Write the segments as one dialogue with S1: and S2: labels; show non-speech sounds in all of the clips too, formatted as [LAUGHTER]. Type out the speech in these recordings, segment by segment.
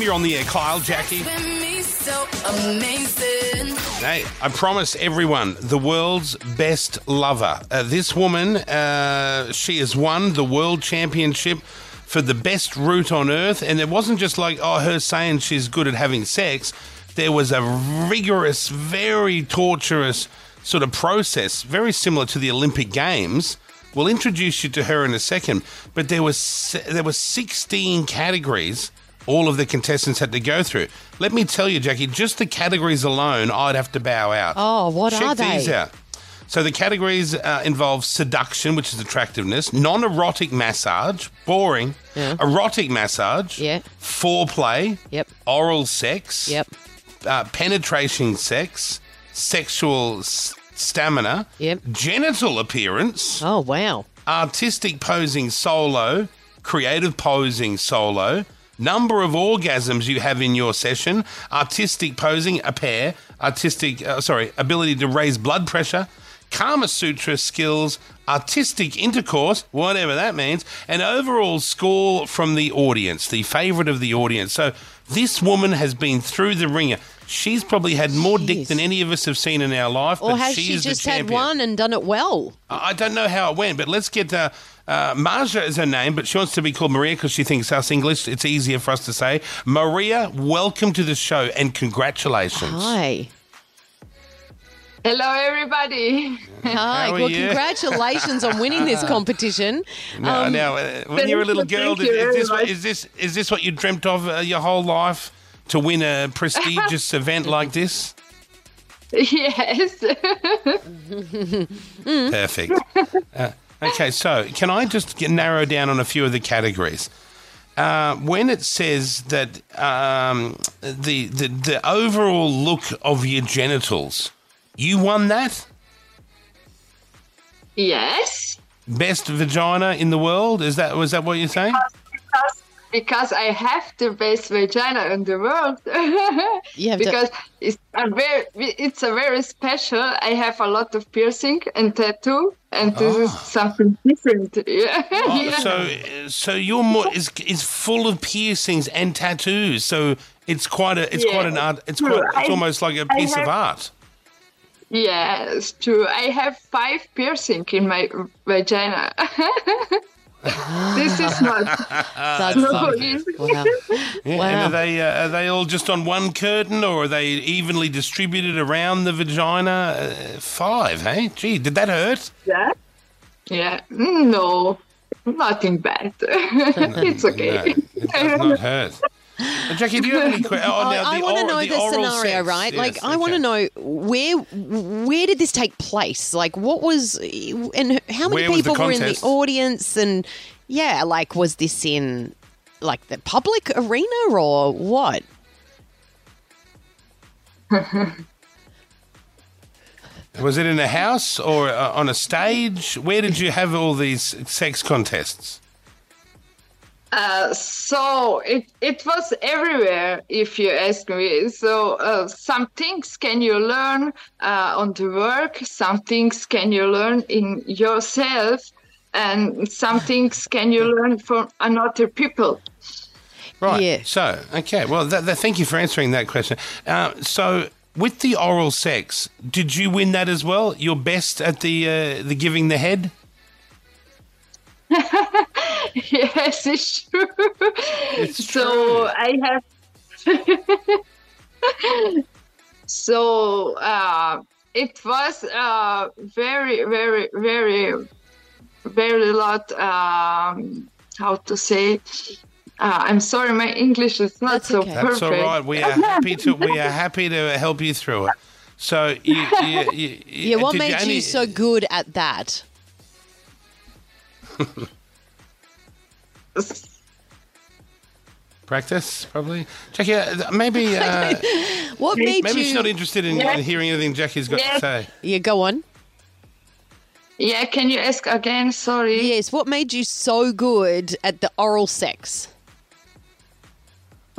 S1: You're on the air, Kyle, Jackie.
S2: Been me so amazing.
S1: Hey, I promise everyone the world's best lover. Uh, this woman, uh, she has won the world championship for the best route on earth, and it wasn't just like oh her saying she's good at having sex. There was a rigorous, very torturous sort of process, very similar to the Olympic Games. We'll introduce you to her in a second, but there was se- there were 16 categories all of the contestants had to go through. Let me tell you, Jackie, just the categories alone, I'd have to bow out.
S3: Oh, what
S1: Check
S3: are
S1: these
S3: they?
S1: out. So the categories uh, involve seduction, which is attractiveness, non-erotic massage, boring,
S3: Yeah.
S1: erotic massage,
S3: Yeah.
S1: foreplay,
S3: Yep.
S1: oral sex,
S3: Yep.
S1: uh, penetration sex, sexual s- stamina,
S3: Yep.
S1: genital appearance,
S3: Oh, wow.
S1: artistic posing solo, creative posing solo, number of orgasms you have in your session, artistic posing a pair, artistic uh, sorry, ability to raise blood pressure, Kama Sutra skills, artistic intercourse, whatever that means, and overall score from the audience, the favorite of the audience. So this woman has been through the ringer. She's probably had more dick
S3: Jeez.
S1: than any of us have seen in our life.
S3: Or
S1: but
S3: has
S1: she
S3: she
S1: is the
S3: just had
S1: champion.
S3: one and done it well?
S1: I I don't know how it went, but let's get uh, uh, Marja is her name, but she wants to be called Maria because she thinks us English. It's easier for us to say. Maria, welcome to the show and congratulations.
S3: Hi.
S4: Hello, everybody. [LAUGHS]
S3: Hi.
S1: are
S3: Well,
S1: you?
S3: congratulations on
S1: [LAUGHS]
S3: winning this competition.
S1: Now,
S3: Um,
S1: now, uh, when you're a
S4: thank
S1: little
S4: you,
S1: girl,
S4: thank you
S1: is, is, this,
S4: very
S1: what-
S4: much.
S1: is this is this what you dreamt of uh, your whole life to win
S4: [LAUGHS]
S1: a prestigious event like this?
S4: Yes. [LAUGHS]
S1: Perfect. Uh, okay, so can I just get, narrow down on a few of the categories? Uh, when it says that um, the, the the overall look of your genitals, you won that
S4: yes.
S1: best vagina in the world. Is that was that what you're saying?
S4: Because, because I have the best vagina in the world. [LAUGHS]
S3: You have to-
S4: because it's a very it's a very special. I have a lot of piercing and tattoo, and this is something different. [LAUGHS] Yeah. Uh, Yeah.
S1: So so your more is is full of piercings and tattoos. So it's quite a it's
S4: Yeah,
S1: quite an art. It's
S4: true.
S1: quite it's
S4: I-
S1: almost like a
S4: I
S1: piece of
S4: have-
S1: art.
S4: yes, true. I have five piercing in my vagina. [LAUGHS] this is not
S3: that's
S4: so
S3: fun.
S4: easy.
S1: [LAUGHS]
S3: Wow.
S1: Yeah,
S3: Wow.
S1: And are they uh, are they all just on one curtain, or are they evenly distributed around the vagina? Uh, five, hey? Gee, did that hurt?
S4: Yeah. Yeah. No, nothing bad. [LAUGHS] it's
S1: No,
S3: [LAUGHS]
S4: okay.
S1: it does not hurt. Uh, Jackie, do you have any questions? Oh, now,
S3: I,
S1: the
S3: want to
S1: oral-
S3: know the,
S1: oral
S3: scenario,
S1: sex.
S3: right? like,
S1: Yes,
S3: I want to
S1: okay.
S3: know where where did this take place? Like, what was and how many
S1: Where was the
S3: people were in the
S1: contest?
S3: audience? And yeah, like, was this in like the public arena or what?
S1: Was it in a house or uh, on a stage? Where did you have all these sex contests?
S4: Uh, so it it was everywhere, if you ask me. So uh, some things can you learn uh, on the work, some things can you learn in yourself, and some things can you learn from another people.
S1: Right.
S3: Yeah.
S1: So, okay. Well, th- th- thank you for answering that question. Uh, so, with the oral sex, did you win that as well? You're best at the uh, the giving the head.
S4: [LAUGHS] Yes, it's true.
S1: It's
S4: So I have. [LAUGHS] so uh, it was uh, very, very, very, very lot. Um, how to say? Uh, I'm sorry, my English is not
S3: That's
S4: so
S3: okay.
S4: perfect.
S1: That's all right. We are happy to we are happy to help you through it. So, you, you, you,
S3: [LAUGHS] Yeah, what
S1: did
S3: made you,
S1: only-
S3: so good at that?
S1: practice? Probably, Jackie. uh,
S3: [LAUGHS]
S1: Maybe uh,
S3: What made
S1: maybe
S3: you?
S1: she's not interested in, in hearing anything Jackie's got to
S4: Yes.
S1: say.
S3: yeah, go on.
S4: Yeah, can you ask again? Sorry.
S3: Yes, what made you so good at the oral sex?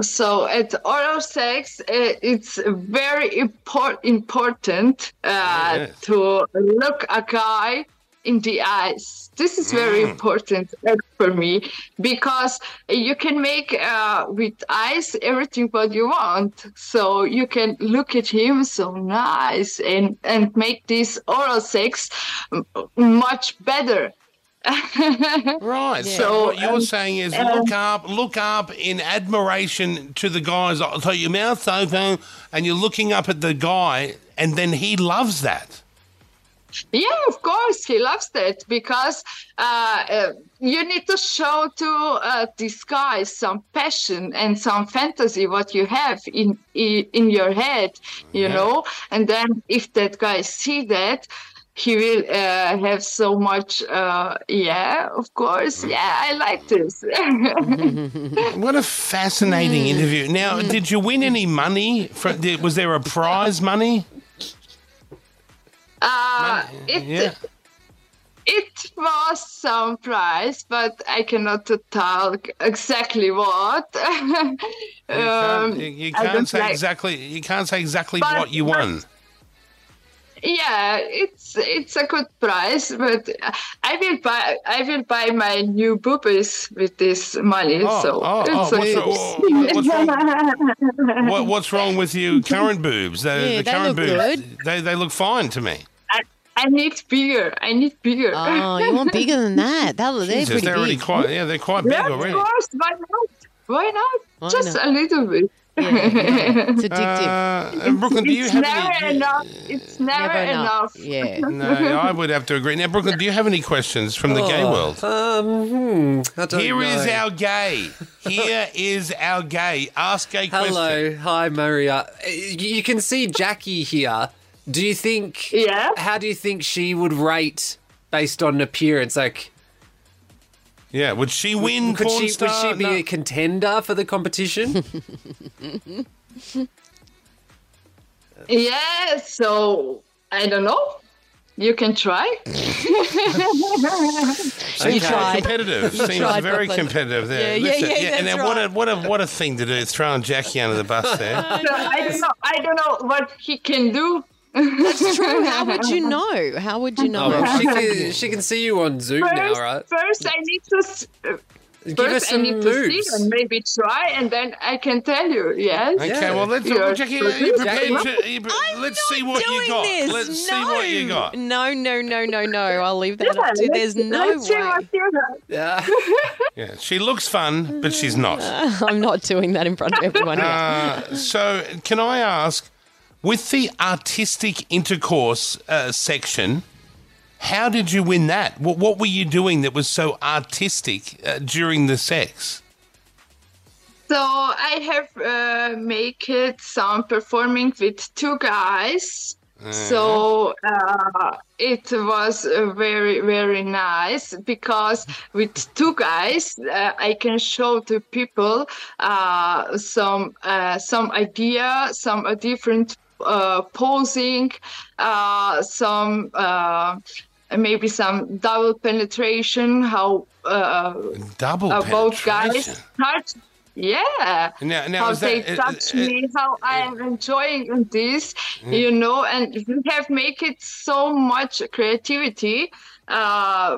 S4: So at oral sex, uh, it's very impor- important uh,
S1: yes.
S4: to look a guy in the eyes. This is very important uh, for me because you can make uh, with eyes everything what you want. So you can look at him so nice and and make this oral sex m- much better.
S1: Right. So
S4: So,
S1: what you're
S4: um,
S1: saying is look up, look up in admiration to the guys. So your mouth's open and you're looking up at the guy, and then he loves that.
S4: Yeah, of course, he loves that because uh, uh, you need to show to uh, this guy some passion and some fantasy what you have in in, in your head, you know. And then if that guy see that, he will uh, have so much. Uh, yeah, of
S1: Mm.
S4: course. Yeah, I like this. [LAUGHS] Uh,
S1: What a fascinating interview. Now, did you win any money? From, did, was there a prize money?
S4: uh, it,
S1: Yeah.
S4: It was some price, but I cannot tell exactly what. [LAUGHS] um,
S1: You can't, you- you
S4: I
S1: can't
S4: don't
S1: say
S4: like-
S1: exactly. You can't say exactly
S4: But-
S1: what you won.
S4: Yeah, it's it's a good price, but I will buy I will buy my new boobies with this money.
S1: Oh,
S4: so
S1: oh, oh,
S4: it's
S1: what's
S4: okay.
S1: wrong- what's What, what's wrong with you? Current boobs. The,
S3: Yeah,
S1: the
S3: they
S1: current
S3: look
S1: boobs.
S3: good.
S1: They they look fine to me.
S4: I, I need bigger. I need bigger. [LAUGHS]
S3: Oh, you want bigger than that? that they're
S1: Jesus,
S3: pretty
S1: they're already
S3: big.
S1: quite. Yeah, they're quite big
S4: yeah, of
S1: already.
S4: course. Why not? Why not?
S3: Why
S4: Just
S3: not?
S4: a little bit.
S3: Yeah, yeah. [LAUGHS] It's addictive.
S1: Uh, Brooklyn, do you
S4: it's
S1: have
S4: never
S1: any?
S4: enough. It's never,
S3: Never enough. [LAUGHS]
S4: enough.
S3: Yeah.
S1: No, I would have to agree. Now, Brooklyn, do you have any questions from the gay world?
S5: Oh, [LAUGHS] Um, hmm, I don't
S1: Here
S5: know.
S1: is our gay.
S5: [LAUGHS]
S1: Here is our gay. Ask a question.
S5: Hello, hi Maria. Uh, You you can see Jackie here. Do you think?
S4: Yeah.
S5: How do you think she would rate based on appearance? Like,
S1: Yeah, would she win?
S5: could she would
S1: Pornstar?
S5: she be
S1: No.
S5: a contender for the
S1: [LAUGHS]
S5: competition?
S4: Yeah. So I don't know. You can
S3: [LAUGHS]
S4: try.
S1: Seems
S3: Okay.
S1: very
S3: Tried.
S5: [LAUGHS]
S1: competitive. Seems
S3: Tried,
S1: very
S3: Brooklyn.
S1: competitive there.
S3: Yeah, yeah,
S1: Listen,
S3: yeah,
S1: And
S3: that's
S1: then what a what a what a thing to do, throwing Jackie under the bus
S5: [LAUGHS]
S1: there.
S4: So I don't know. I don't know what he can do.
S3: It's true.
S4: [LAUGHS]
S3: How would you know? How would you know?
S5: oh, well, she can she can see you on Zoom
S4: First,
S5: now, right?
S4: first I need to s- uh,
S5: Give
S4: first
S5: her some
S4: I need to see
S5: moves.
S4: and maybe try, and then I can tell you. Yes.
S1: Okay,
S5: Yeah.
S1: well let's
S4: Yeah.
S1: well, Jackie, are you prepared
S5: Jackie.
S1: to, are you pre-
S3: I'm
S1: let's
S3: not
S1: see what
S3: doing
S1: you got.
S3: This.
S1: Let's
S3: no.
S1: see what you got.
S3: No, no, no, no, no. I'll leave that
S4: Yeah,
S3: up to. There's
S4: let's-
S3: no
S4: let's see
S3: way.
S4: what you have.
S5: Yeah.
S1: Yeah, she looks fun, but she's not.
S3: [LAUGHS] I'm not doing that in front of everyone else.
S1: Uh, so can I ask, with the artistic intercourse uh, section, how did you win that? What, what were you doing that was so artistic uh, during the sex?
S4: So I have uh, make it some performing with two guys. So uh, it was uh, very very nice because with two guys uh, I can show to people uh, some uh, some idea, some uh, different uh, posing, uh, some. Uh, Maybe some double penetration, how uh,
S1: Double
S4: uh, both
S1: penetration.
S4: guys touch. Yeah.
S1: Now, now
S4: How
S1: is
S4: they
S1: that, uh,
S4: touch
S1: uh,
S4: me, how I am enjoying this,
S1: Mm.
S4: you know, and we have make it so much creativity, uh,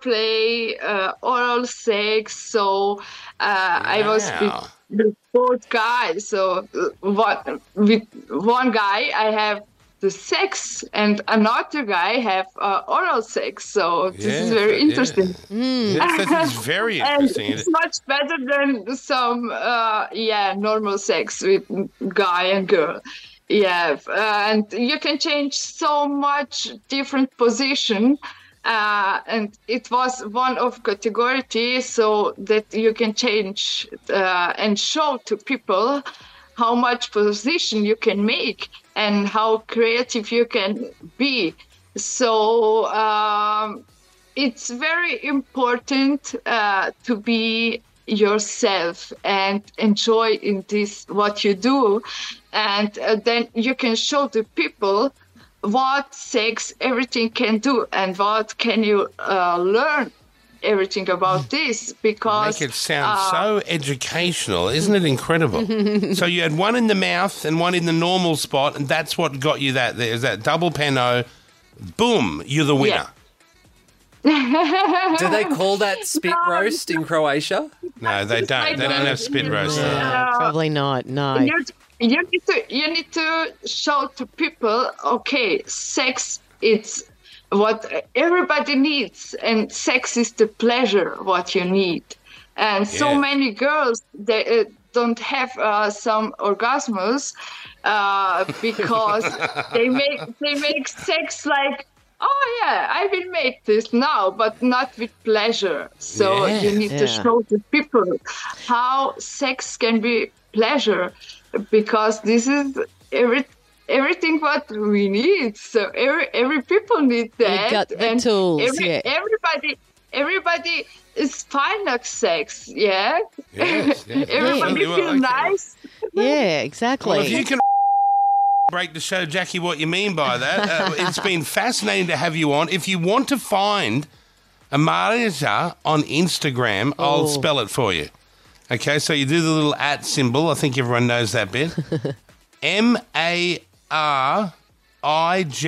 S4: foreplay, uh, oral sex. So uh, I was
S1: Wow.
S4: with, with both guys. So uh, one, with one guy, I have the sex, and another guy have uh, oral sex. So this
S1: Yes,
S4: is
S1: uh,
S4: very
S1: yeah.
S4: interesting.
S1: Yes, that is very
S4: [LAUGHS] And
S1: interesting.
S4: it's much better than some, uh, yeah, normal sex with guy and girl. Yeah, f- uh, and you can change so much different position. Uh, and it was one of category so that you can change uh, and show to people how much position you can make and how creative you can be. So um, it's very important uh, to be yourself and enjoy in this what you do and uh, then you can show the people what sex everything can do and what can you uh, learn everything about this because
S1: Hmm.
S4: uh,
S1: Make it sound so educational, isn't it incredible? so you had one in the mouth and one in the normal spot, and that's what got you that. There's that double pano, boom, you're the winner.
S5: Do they call
S4: [LAUGHS]
S5: that spit roast in Croatia?
S1: No, they don't. They don't have spit roast. there.
S3: Probably not. No.
S4: you, you need to you need to show to people okay sex it's what everybody needs and sex is the pleasure what you need and so
S1: Yeah.
S4: many girls they uh, don't have uh, some orgasms
S1: [LAUGHS]
S4: uh, because they make they make sex like oh yeah i will make this now but not with pleasure so
S1: Yeah.
S4: you need to
S3: Yeah.
S4: show the people how sex can be pleasure because this is every everything what we need so every every people need that
S3: got the tools,
S4: every-
S3: yeah.
S4: everybody everybody is fine like sex yeah
S1: Yes,
S4: [LAUGHS]
S1: yes,
S4: everybody
S1: absolutely. Well,
S4: feel
S1: okay.
S4: nice
S3: Yeah,
S1: Well, if you
S3: exactly.
S1: can [LAUGHS] break the show, Jackie, what you mean by that? Uh, it's been fascinating to have you on. If you want to find Amalia on Instagram, I'll
S3: Oh.
S1: spell it for you. Okay, so you do the little at symbol. I think everyone knows that bit. M A R I J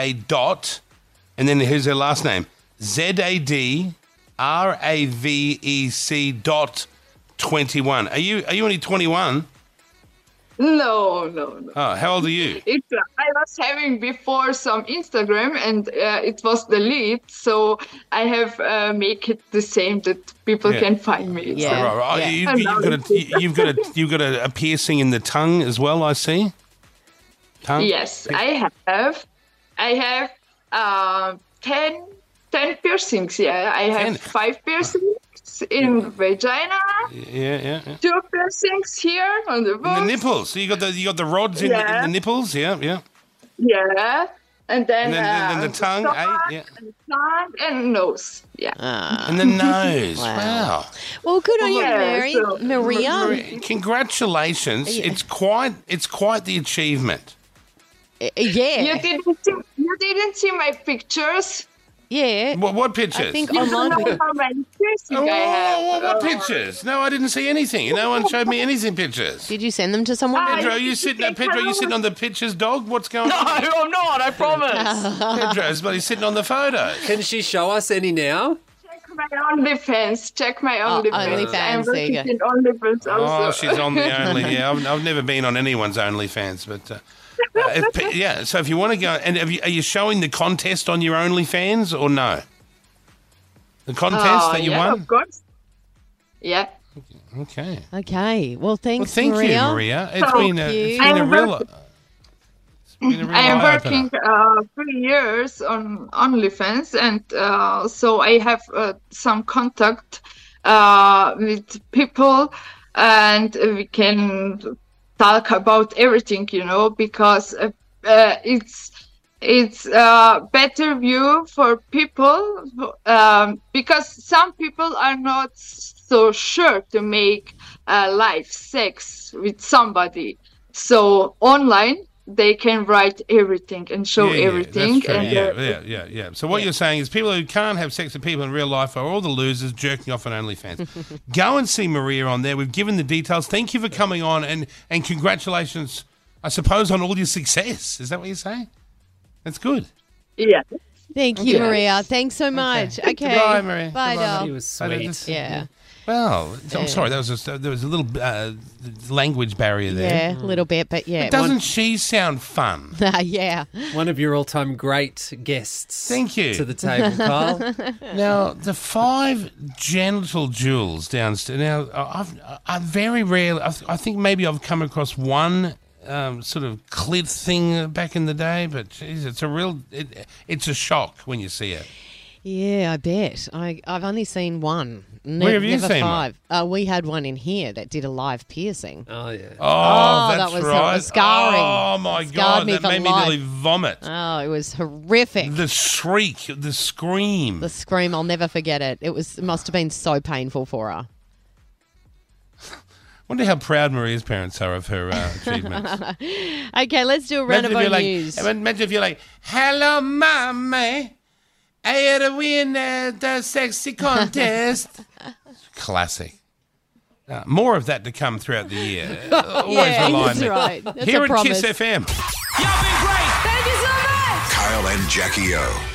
S1: A dot, and then here's her last name Z A D R A V E C dot twenty one. Are you are you only twenty one?
S4: no no no
S1: Oh, how old are you?
S4: it, I was having before some Instagram and uh, it was the lead, so I have uh, make it the same that people
S1: Yeah.
S4: can find me.
S3: Yeah.
S1: Right, right. Oh,
S4: I'm
S1: You, have
S3: [LAUGHS]
S1: got a,
S4: not-
S1: you- you've got a you've got a, a piercing in the tongue as well. I see. Tongue.
S4: Yes, I have. I have uh, 10, 10 piercings. Yeah, I have
S1: Ten?
S4: five piercings in vagina,
S1: Yeah, yeah. yeah.
S4: two piercings here on the
S1: And the
S4: boobs.
S1: nipples. So you got the you got the rods in, the, in
S4: Yeah.
S1: the nipples. Yeah, yeah.
S4: Yeah, and then
S1: And then-
S4: uh,
S1: then the tongue, eh?
S4: stomach,
S1: Yeah.
S4: and tongue and nose. Yeah.
S3: Ah.
S1: And the nose. wow.
S3: Wow. Well, good on you,
S4: Yeah,
S3: Mary.
S4: so-
S3: Maria,
S1: Congratulations.
S3: Yeah.
S1: It's quite it's quite the achievement.
S3: Uh, yeah,
S4: You didn't see, you didn't see my pictures.
S3: [LAUGHS] yeah.
S1: What what pictures?
S3: I think
S4: You
S3: online.
S4: don't
S3: we-
S4: know how many piercings
S1: Oh,
S4: I have.
S1: what, what
S4: Uh,
S1: pictures? No, I didn't see anything. No one showed me anything pictures.
S3: Did you send them to someone?
S4: I-
S1: Pedro, you sitting no, Pedro, you sitting on the pictures, dog? What's going on?
S6: I'm not. I promise.
S1: [LAUGHS] Pedro's bloody sitting on the photos.
S5: Can she show us any now?
S4: Check my OnlyFans. Check my OnlyFans. I'm
S3: OnlyFans, there you
S4: working
S3: go.
S4: in OnlyFans also.
S1: Oh, she's on the
S3: [LAUGHS]
S1: only. Yeah, I've, I've never been on anyone's OnlyFans, but uh, uh, if,
S3: [LAUGHS]
S1: pe- yeah. So if you want to go, and have you, are you showing the contest on your OnlyFans or no? The contest
S4: Oh,
S1: that you
S4: yeah,
S1: won.
S4: Of course. Yeah.
S1: Okay.
S3: Okay. Well, thanks,
S1: Well, thank
S3: Maria.
S1: you, Maria. It's
S4: Thank
S1: been a, it's
S3: you.
S1: been a
S4: I'm
S1: real. it's been a real
S4: I am
S1: eye-opener.
S4: working uh, three years on OnlyFans, and uh, so I have uh, some contact uh, with people, and we can talk about everything, you know, because uh, uh, it's it's a better view for people um, because some people are not so sure to make uh, life sex with somebody. So online, they can write everything and show everything.
S1: that's true.
S4: and,
S1: yeah,
S4: uh,
S1: yeah, yeah, yeah. So what you're saying is people who can't have sex with people in real life are all the losers jerking off on OnlyFans. Go and see Maria on there. We've given the details. Thank you for coming on and and congratulations, I suppose, on all your success. Is that what you're saying? That's good.
S4: yeah.
S3: Thank you, Maria. Thanks so much. Okay.
S1: Goodbye, Maria.
S3: Bye,
S1: Goodbye,
S3: doll.
S5: He was
S1: Um, I don't-
S5: sweet.
S3: Yeah.
S1: Well, I'm sorry. That was just, there was a little uh, language barrier there.
S3: Yeah, a little bit, but yeah.
S1: Doesn't she sound fun?
S3: one- [LAUGHS] yeah.
S5: One of your all-time great guests.
S1: Thank you.
S5: To the
S1: [LAUGHS]
S5: table, Carl.
S1: Now the five genital jewels downstairs. Now uh, I've I very rarely. I, th- I think maybe I've come across one um, sort of clit thing back in the day, but geez, it's a real. It, it's a shock when you see it.
S3: Yeah, I bet. I, I've only seen one. Ne-
S1: Where have you
S3: never
S1: seen one?
S3: five. Uh, we had one in here that did a live piercing.
S5: Oh yeah.
S1: Oh,
S3: Oh,
S1: that's
S3: that was- that
S1: right.
S3: was scarring.
S1: Oh my
S3: Scarred
S1: god,
S3: me
S1: that
S3: for
S1: made
S3: life.
S1: me nearly vomit.
S3: Oh, it was horrific.
S1: the shriek, the scream.
S3: The scream, I'll never forget it. It was it must have been so painful for her.
S1: Wonder how proud Maria's parents are of her
S3: [LAUGHS]
S1: uh, achievements.
S3: Okay, let's do a round
S1: Imagine if
S3: of
S1: you're
S3: our
S1: like,
S3: news.
S1: imagine if you're like, hello, mommy. I had a win at the sexy
S3: [LAUGHS]
S1: contest. Classic. Uh, more of that to come throughout the
S3: [LAUGHS]
S1: year. Always
S3: yeah,
S1: remind
S3: that's
S1: me.
S3: right. That's
S1: Here
S3: a
S1: at
S3: promise.
S1: Kiss FM.
S6: Kyle and Jackie O.